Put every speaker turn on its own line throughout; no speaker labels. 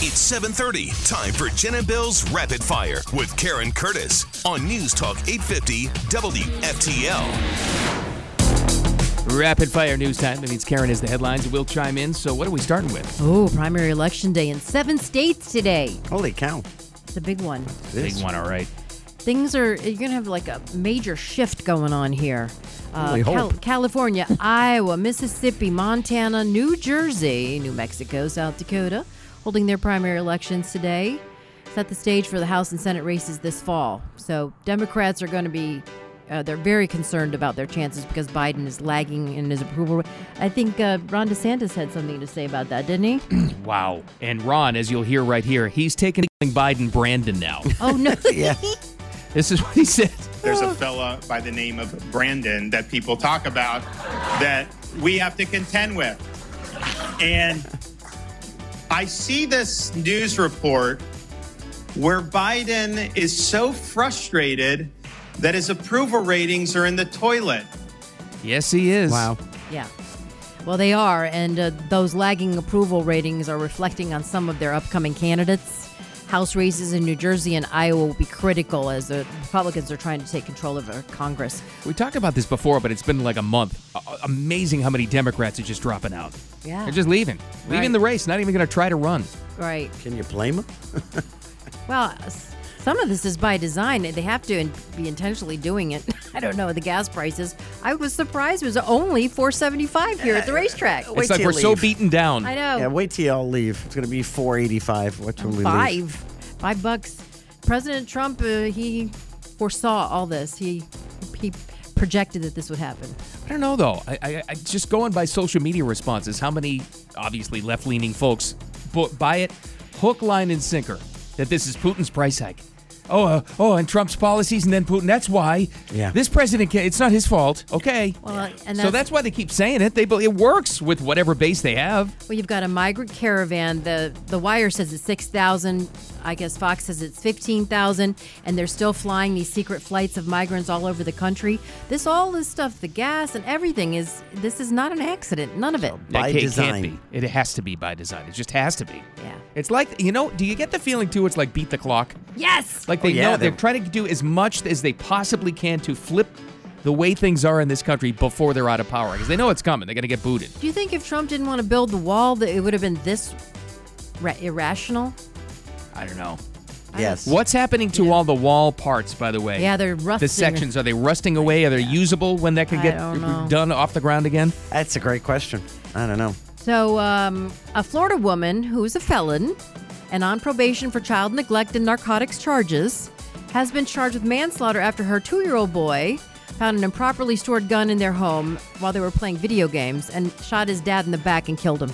It's 7:30. Time for Jen and Bill's Rapid Fire with Karen Curtis on News Talk 850 WFTL.
Rapid fire news time. That means Karen has the headlines. We'll chime in. So, what are we starting with?
Oh, primary election day in seven states today.
Holy cow.
It's a big one.
This.
Big one, all right.
Things are, you're going to have like a major shift going on here. Uh,
We hope.
California, Iowa, Mississippi, Montana, New Jersey, New Mexico, South Dakota holding their primary elections today. Set the stage for the House and Senate races this fall. So, Democrats are going to be. Uh, they're very concerned about their chances because Biden is lagging in his approval. I think uh, Ron DeSantis had something to say about that, didn't he?
Wow. And Ron, as you'll hear right here, he's taking Biden Brandon now.
Oh no!
Yeah.
this is what he said.
There's a fella by the name of Brandon that people talk about that we have to contend with. And I see this news report where Biden is so frustrated that his approval ratings are in the toilet.
Yes, he is.
Wow.
Yeah. Well, they are, and uh, those lagging approval ratings are reflecting on some of their upcoming candidates. House races in New Jersey and Iowa will be critical as the Republicans are trying to take control of our Congress.
We talked about this before, but it's been like a month. A- amazing how many Democrats are just dropping out.
Yeah.
They're just leaving.
Right.
Leaving the race, not even going to try to run.
Right.
Can you blame him?
Well, s- some of this is by design. They have to in- be intentionally doing it. I don't know the gas prices. I was surprised it was only 4.75 here at the racetrack.
Wait
it's like
till
we're
you
so
leave.
beaten down.
I know.
Yeah, wait till y'all leave. It's going to be 485. What till we leave?
five five bucks president trump uh, he foresaw all this he he projected that this would happen
I don't know though. I, I, I just going by social media responses, how many obviously left-leaning folks bu- buy it hook, line, and sinker that this is Putin's price hike. Oh, uh, oh, and Trump's policies, and then Putin. That's why.
Yeah.
This president, can, it's not his fault. Okay.
Well, and
so
that's-
that's why they keep saying it. They bel- it works with whatever base they have.
well you've got a migrant caravan the the wire says it's 6000 i guess fox says it's 15000 and they're still flying these secret flights of migrants all over the country this all this stuff the gas and everything is this is not an accident none of it
By
It ca- it
design.
Can't be. It has to be by design. It just has to be.
Yeah.
It's like you know. Do you get the feeling too? It's like beat the clock.
yes
Like they
yeah,
know Oh, they're,
they're-
trying to do as much as they possibly can to flip the way things are in this country before they're out of power because they know it's coming. They're going to get booted.
do you think if trump didn't want to build the wall that it would have been this ra- irrational
I don't know.
Yes.
What's happening to all the wall parts, by the way?
Yeah, they're rusting.
The sections, are they rusting away? Are they usable when that can
I
get
don't know.
done off the ground again?
That's a great question. I don't know.
So, um, a Florida woman who's a felon and on probation for child neglect and narcotics charges has been charged with manslaughter after her two year old boy found an improperly stored gun in their home while they were playing video games and shot his dad in the back and killed him.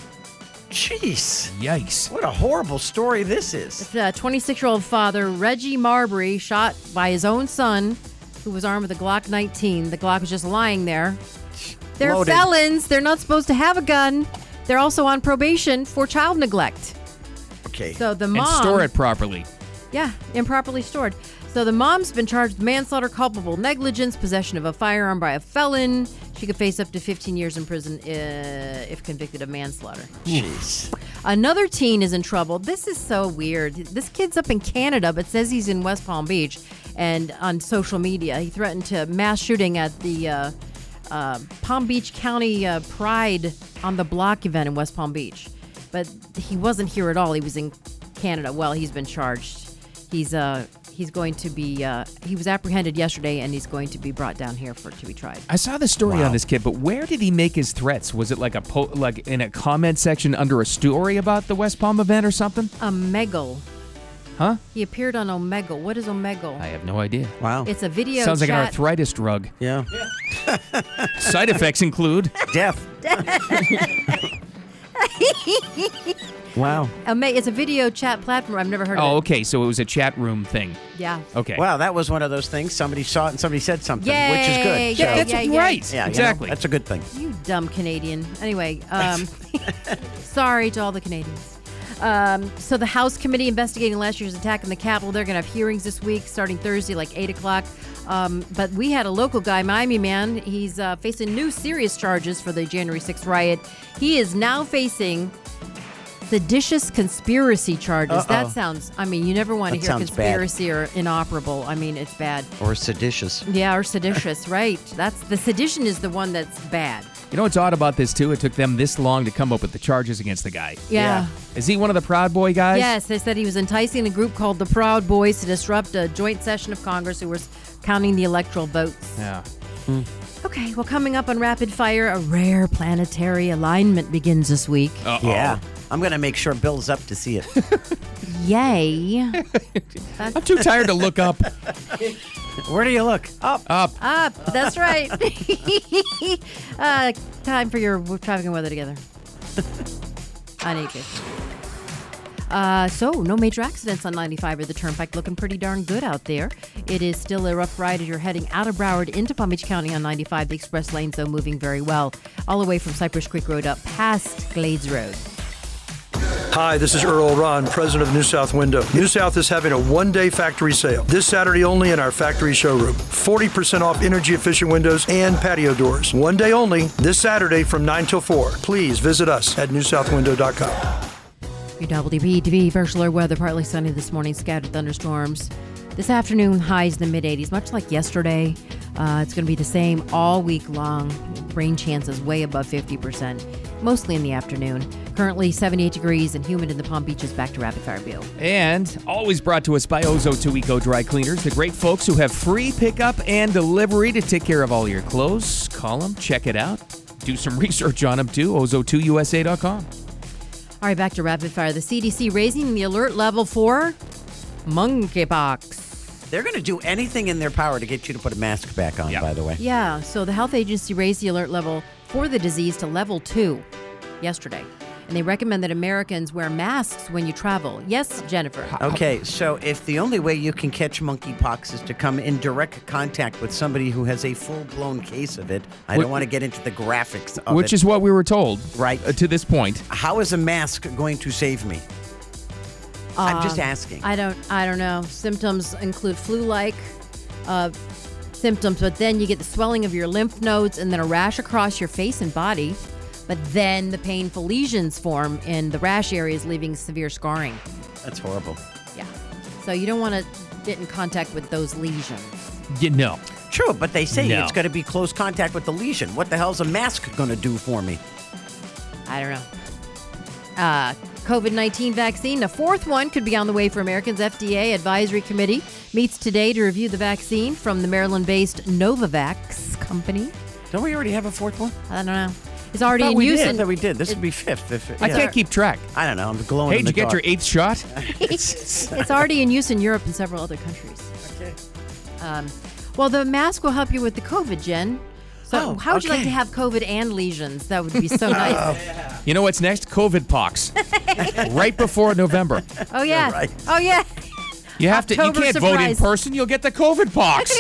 Jeez.
Yikes.
What a horrible story this is.
The 26 year old father, Reggie Marbury, shot by his own son who was armed with a Glock 19. The Glock was just lying there. They're
Loaded.
felons. They're not supposed to have a gun. They're also on probation for child neglect.
Okay.
So the mom
And store it properly.
Yeah, improperly stored. So the mom's been charged with manslaughter, culpable negligence, possession of a firearm by a felon. She could face up to 15 years in prison uh, if convicted of manslaughter.
Jeez.
Another teen is in trouble. This is so weird. This kid's up in Canada, but says he's in West Palm Beach. And on social media, he threatened to mass shooting at the uh, uh, Palm Beach County uh, Pride on the Block event in West Palm Beach. But he wasn't here at all. He was in Canada. Well, he's been charged. He's uh, he's going to be. Uh, he was apprehended yesterday, and he's going to be brought down here for to be tried.
I saw the story on this kid, but where did he make his threats? Was it like a po- like in a comment section under a story about the West Palm event or something?
Omegle.
Huh?
He appeared on Omegle. What is Omegle?
I have no idea.
Wow.
It's a video.
Sounds like an
chat-
arthritis drug.
yeah.
Side effects include
Death. wow.
Ama- it's a video chat platform. I've never heard
Oh,
of it.
okay. So it was a chat room thing.
Yeah.
Okay.
Wow, that was one of those things. Somebody saw it and somebody said something, which is
Yay.
good.
Yeah,
So-
that's
yeah, yeah.
right.
yeah, you know,
exactly.
that's a good thing.
You dumb Canadian. Anyway, um, sorry to all the Canadians. Um, so the House committee investigating last year's attack on the Capitol, they're going to have hearings this week, starting Thursday, like eight o'clock. Um, but we had a local guy, Miami man. He's uh, facing new serious charges for the January 6th riot. He is now facing seditious conspiracy charges.
Uh-oh.
That sounds, I mean, you never want to
That
hear
sounds bad.
conspiracy or inoperable. I mean, it's bad.
Or seditious.
Yeah, or seditious, right. That's the sedition is the one that's bad.
You know what's odd about this too? It took them this long to come up with the charges against the guy.
Yeah.
Is he one of the Proud Boy guys?
Yes, they said he was enticing a group called the Proud Boys to disrupt a joint session of Congress who was counting the electoral votes.
Yeah.
Okay, well, coming up on Rapid Fire, a rare planetary alignment begins this week.
Yeah. I'm going to make sure Bill's up to see it.
Yay.
I'm too tired to look up.
Where do you look? Up.
Up. That's right. uh, time for your w- traffic and weather together. on 850. Uh, so, no major accidents on 95 or the Turnpike. Looking pretty darn good out there. It is still a rough ride as you're heading out of Broward into Palm Beach County on 95. The express lanes, though, moving very well. All the way from Cypress Creek Road up past Glades Road.
Hi, this is Earl Ron, president of New South Window. New South is having a one day factory sale this Saturday only in our factory showroom. 40% off energy efficient windows and patio doors. One day only this Saturday from 9 till 4. Please visit us at newsouthwindow.com.
Your WDB TV E virtual or weather partly sunny this morning, scattered thunderstorms. This afternoon, highs in the mid 80s, much like yesterday. Uh, it's going to be the same all week long. Rain chances way above 50%, mostly in the afternoon. Currently 78 degrees and humid in the Palm Beaches. Back to Rapid Fire Bill.
And always brought to us by Ozo 2 Eco Dry Cleaners, the great folks who have free pickup and delivery to take care of all your clothes. Call them, check it out, do some research on them too. Ozo2USA.com.
All right, back to Rapid Fire. The CDC raising the alert level for monkeypox.
They're going to do anything in their power to get you to put a mask back on,
Yeah.
by the way.
Yeah, so the health agency raised the alert level for the disease to level two yesterday. And they recommend that Americans wear masks when you travel. Yes, Jennifer.
Okay, so if the only way you can catch monkeypox is to come in direct contact with somebody who has a full blown case of it, I
Wh-
don't want to get into the graphics of
Which
it.
is what we were told.
Right.
uh, to this point.
how is a mask going to save me? I'm just asking.
Um, I don't I don't know. Symptoms include flu-like uh, symptoms, but then you get the swelling of your lymph nodes and then a rash across your face and body. But then the painful lesions form in the rash areas, leaving severe scarring.
That's horrible.
Yeah. So you don't want to get in contact with those lesions.
You know.
True, but they say
No.
it's going to be close contact with the lesion. What the hell's a mask going to do for me?
I don't know. Uh, COVID 19 vaccine. The fourth one could be on the way for Americans. FDA Advisory Committee meets today to review the vaccine from the Maryland based Novavax company.
Don't we already have a fourth one?
I don't know. It's already in
we
use.
did.
in-
That we did. This would be fifth. If,
I
yeah.
can't keep track.
I don't know. I'm glowing.
Hey,
in
did you get
the
your
dark.
eighth shot?
it's already in use in Europe and several other countries. Okay. Um, well, the mask will help you with the COVID, Jen. So,
Oh,
how would you like
okay.
to
Oh,
have COVID and lesions? That would be so nice.
You know what's next? COVID pox. right before November.
oh, yeah.
right.
Oh, yeah.
You have to
October
you can't vote in
surprise.
person, you'll get the COVID pox.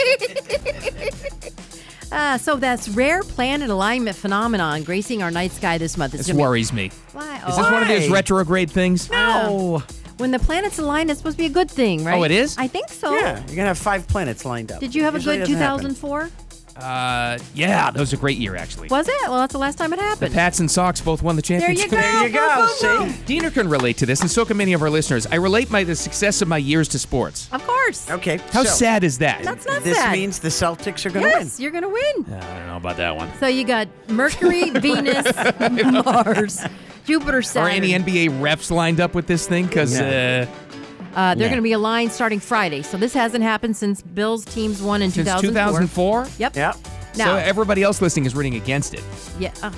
Uh, so that's rare planet alignment phenomenon gracing our night sky this month. It's
this
gonna be-
worries me.
Why?
Is this one of those
Why?
retrograde things?
No.
When the planets align, it's supposed to be a good thing, right?
Oh, it is?
I think so.
Yeah, you're going to have five planets lined up.
Did you have
Usually
a
it
good
doesn't happen.
2004?
Uh, yeah, that was a great year actually.
Was it? Well, that's the last time it
The
happened.
Pats and Sox both won the
There you
championship.
go.
There you go. See?
Diener can relate to this, and so can many of our listeners. I relate my the success of my years to sports.
Of course.
Okay.
How
so
sad is that?
That's not
This
sad.
means the Celtics are going to
yes, you're going to win.
I don't know about that one.
So you got Mercury, Venus, Mars, Jupiter,
Are
Saturn.
any NBA refs lined up with this thing? Because
No.
uh,
uh, they're
Yeah.
going to be aligned starting Friday. So this hasn't happened since Bills teams won in
since
2004.
2004,
Yep.
win. Yeah.
so
Now,
everybody else listening is rooting against it.
Yeah. uh,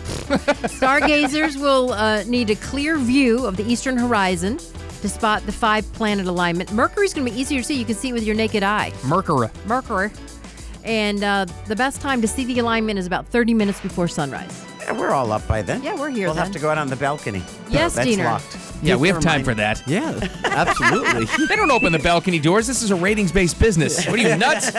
Stargazers will uh, need a clear view of the eastern horizon to spot the five planet alignment. Mercury's going to be easier to see. You can see it with your naked eye.
Mercury.
Mercury. And uh, the best time to see the alignment is about 30 minutes before sunrise.
Yeah, we're all up by then.
Yeah, we're here
We'll
then.
have to go out on the balcony.
Yes,
That's
Diener.
locked.
Yeah, we have
Never
time
mind.
for that.
Yeah, absolutely.
They don't open the balcony doors. This is a ratings-based business. What are you nuts?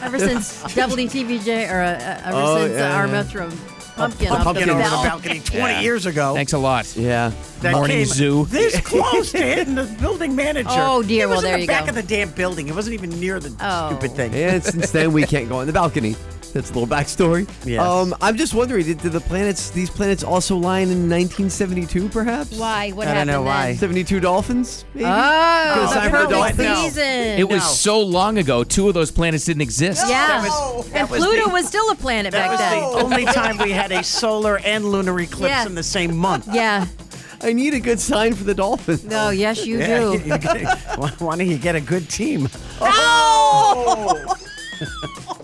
Ever since WTVJ, or uh, uh, ever
Oh,
since
yeah,
uh, our
yeah.
Metro pumpkin,
A
off
pumpkin
the
over the
bell.
balcony 20
Yeah.
years ago.
Thanks a lot.
yeah.
that
Morning
came
zoo.
This close to hitting the building manager.
Oh, dear.
It
Well,
was in
there
the
you
back
go.
of the damn building. It wasn't even near the
Oh.
stupid thing.
And since then, we can't go on the balcony. That's a little backstory.
Yes.
Um, I'm just wondering, did, did the planets, these planets also line in 1972, perhaps?
Why? What
I don't
happened
know why.
72 Dolphins, maybe?
Oh,
Good
the
sign for
perfect
Dolphins.
No.
season.
It was so long ago, two of those planets didn't exist.
Yeah.
was- that
and
was
Pluto
the-
was still a planet
That
back
was the
then.
only time we had a solar and lunar eclipse
Yeah.
in the same month.
Yeah.
I need a good sign for the Dolphins.
No, yes, you do.
Why don't you get a good team?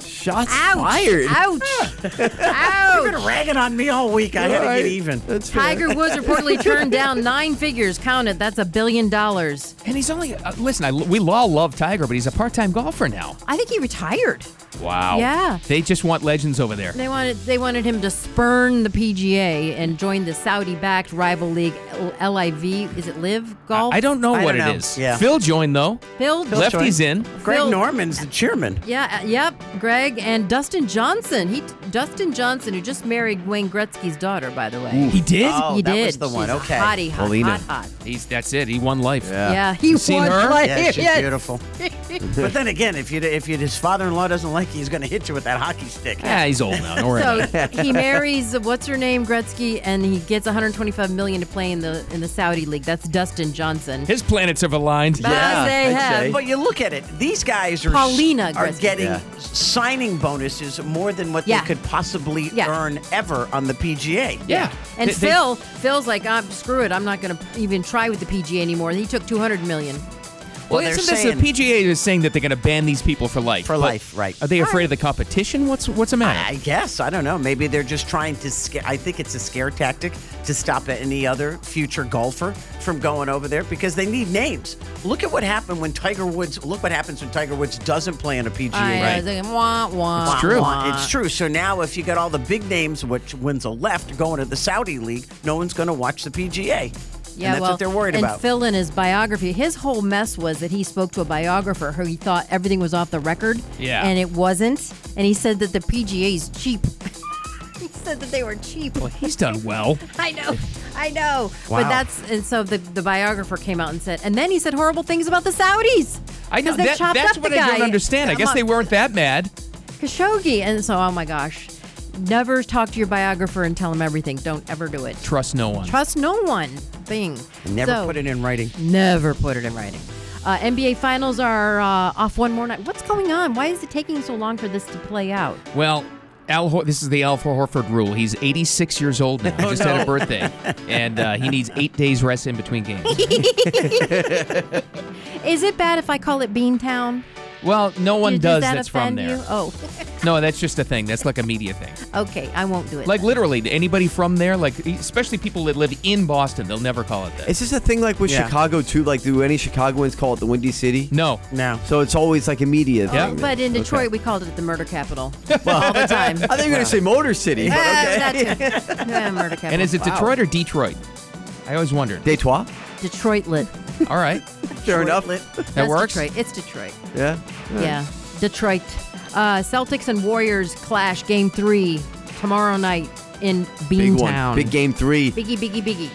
Shots
Ouch.
fired.
Ouch. Ouch.
Been ragging on me all week. I had to
Right.
get even.
That's fair.
Tiger Woods reportedly turned down nine figures. Counted. That's a billion dollars.
And he's only, uh, listen, I, we all love Tiger, but he's a part time golfer now.
I think he retired.
Wow.
Yeah.
They just want legends over there.
They wanted they wanted him to spurn the PGA and join the Saudi-backed rival league L- LIV. Is it Live Golf?
I don't know
I
what
don't
it
know.
is.
Yeah.
Phil joined, though.
Phil
Lefty's in.
Greg
Phil-
Norman's the chairman.
Yeah, uh, yep. Greg and Dustin Johnson. He Dustin Johnson, who just married Wayne Gretzky's daughter, by the way.
He did?
Oh,
he
that
did.
was the one.
She's a
Okay.
hottie, hot,
Paulina.
hot, hot.
He's, that's it. He won life.
Yeah, he
You seen
was
her?
right
Yeah, she's
yes.
beautiful. but then again, if you if you his father-in-law doesn't like you, he's going to hit you with that hockey stick.
Yeah, he's old now. Don't worry about
So
it.
he marries uh, what's her name Gretzky, and he gets 125 million to play in the in the Saudi league. That's Dustin Johnson.
His planets have aligned.
But they
I'd
have.
say.
Uh, But you look at it; these guys are
Paulina
are
Gretzky.
getting
Yeah.
signing bonuses more than what
Yeah.
they could possibly
Yeah.
earn ever on the PGA.
Yeah.
And
They- they-
Phil, Phil's like, I'm screw it. I'm not going to even try with the PGA anymore. He took 200 million.
Well,
they're
isn't this
saying-
the PGA is saying that they're going to ban these people for life?
For
But
life, right.
Are they afraid of the competition? What's what's the
I
matter?
guess I don't know. Maybe they're just trying to scare. I think it's a scare tactic to stop any other future golfer from going over there because they need names. Look at what happened when Tiger Woods. Look what happens when Tiger Woods doesn't play on a PGA.
I
right.
was like, wah, wah,
It's true.
wah.
It's true. So now, if you got all the big names, which Winslow left, going to the Saudi League, no one's going to watch the PGA.
Yeah,
and that's
well,
what they're worried
and
about.
Phil in his biography, his whole mess was that he spoke to a biographer who he thought everything was off the record.
Yeah.
And it wasn't. And he said that the PGA's cheap. he said that they were cheap.
Well, he's done well.
I know. I know. But
Wow.
that's and so the, the biographer came out and said and then he said horrible things about the Saudis.
I know
'Cause they
that,
chopped
that's
up
what
the
I
guy.
don't understand. I guess
Come
they
on.
weren't that mad.
Khashoggi. And so, oh my gosh, never talk to your biographer and tell him everything. Don't ever do it.
Trust no one.
Trust no one thing.
Never
So-
put it in writing.
Never put it in writing. Uh, NBA finals are uh, off one more night. What's going on? Why is it taking so long for this to play out?
Well, Al, Hor- this is the Al Horford rule. He's 86 years old now. He
Oh,
just had a birthday, and uh, he needs eight days rest in between games.
Is it bad if I call it Beantown?
Well, no one
Does
does
that
that's from
offend
there.
You? Oh,
No, that's just a thing. That's like a media thing.
okay. I won't do it.
Like
then.
literally, anybody from there, like especially people that live in Boston, they'll never call it that.
It's just a thing like with
Yeah.
Chicago too. Like, do any Chicagoans call it the Windy City?
no,
Now,
So it's always like a media
Oh,
thing.
But in Detroit, we called it the murder capital all the time.
I thought you were going to say Motor City. but
Ah,
okay.
that too. Yeah, murder capital.
And is it Detroit or Detroit? I always wondered.
Detroit.
Detroit lit?
All right,
Fair enough.
that
That's
works.
Detroit. It's Detroit.
Yeah.
Yeah, Detroit. Uh, Celtics and Warriors clash game three tomorrow night in
Big
Beantown.
one. Big game three.
Biggie, biggie, biggie.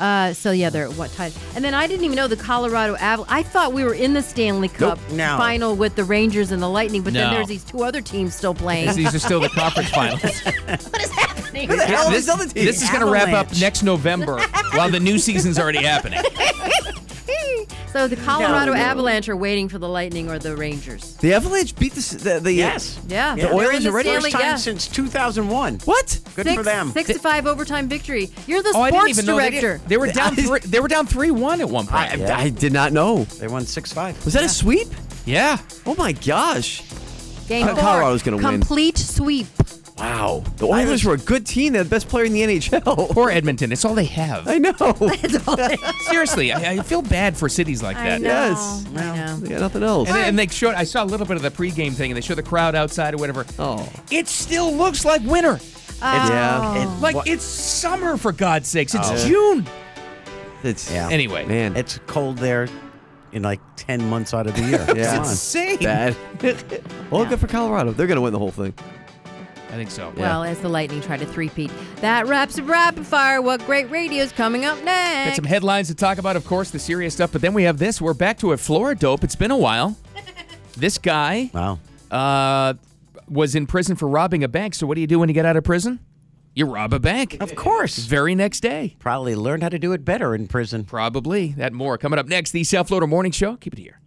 Uh, so yeah, they're what tied. And then I didn't even know the Colorado Avalanche. I thought we were in the Stanley Cup
Nope, no.
final with the Rangers and the Lightning, but then
No.
there's these two other teams still playing.
these are still the conference finals.
what is happening?
hell
this,
is other team?
this is going to wrap up
Avalanche.
next November, while the new season's already happening.
so the Colorado
No, no.
Avalanche are waiting for the Lightning or the Rangers.
The Avalanche beat the s- the, the
yes.
Yeah.
The
They're
Oilers
in the
are ready.
Stanley-
First time
yeah.
since 2001.
What?
Good
six,
for them.
Six to five overtime victory. You're the
Oh, I
sports
didn't even know they,
director.
did. they were down. Three, they were down three-one at one
I,
point.
I did not know.
They won 6 5.
Was that a sweep?
Yeah,
Oh my gosh!
Game
Uh,
four.
Colorado's gonna win.
Complete sweep.
Wow. The Oilers were a good team. They had the best player in the NHL.
poor Edmonton. It's all they have.
I know.
Seriously, I, I feel bad for cities like
I
that.
know.
Yes.
I know.
they got nothing else.
And, and they showed. I saw a little bit of the pregame thing, and they show the crowd outside or whatever.
oh.
It still looks like winter.
Yeah.
Oh.
It-
Like
what-
it's summer for God's sakes. It's June.
It's
Yeah.
Anyway.
Man.
it's cold there in like 10 months out of the year.
Yeah.
Come on.
Insane.
bad. well, good for Colorado. They're gonna win the whole thing.
I think so.
Well, as the Lightning try to three-peat. That wraps up Rapid Fire. What great radio's coming up
Got
next.
some headlines to talk about, of course, the serious stuff, but then we have this. We're back to a Florida dope. It's been a while. This guy
Wow.
uh, was in prison for robbing a bank. So what do you do when you get out of prison? You rob a bank.
Of course.
Very next day.
Probably learned how to do it better in prison.
Probably. That and more coming up next. The South Florida Morning Show. Keep it here.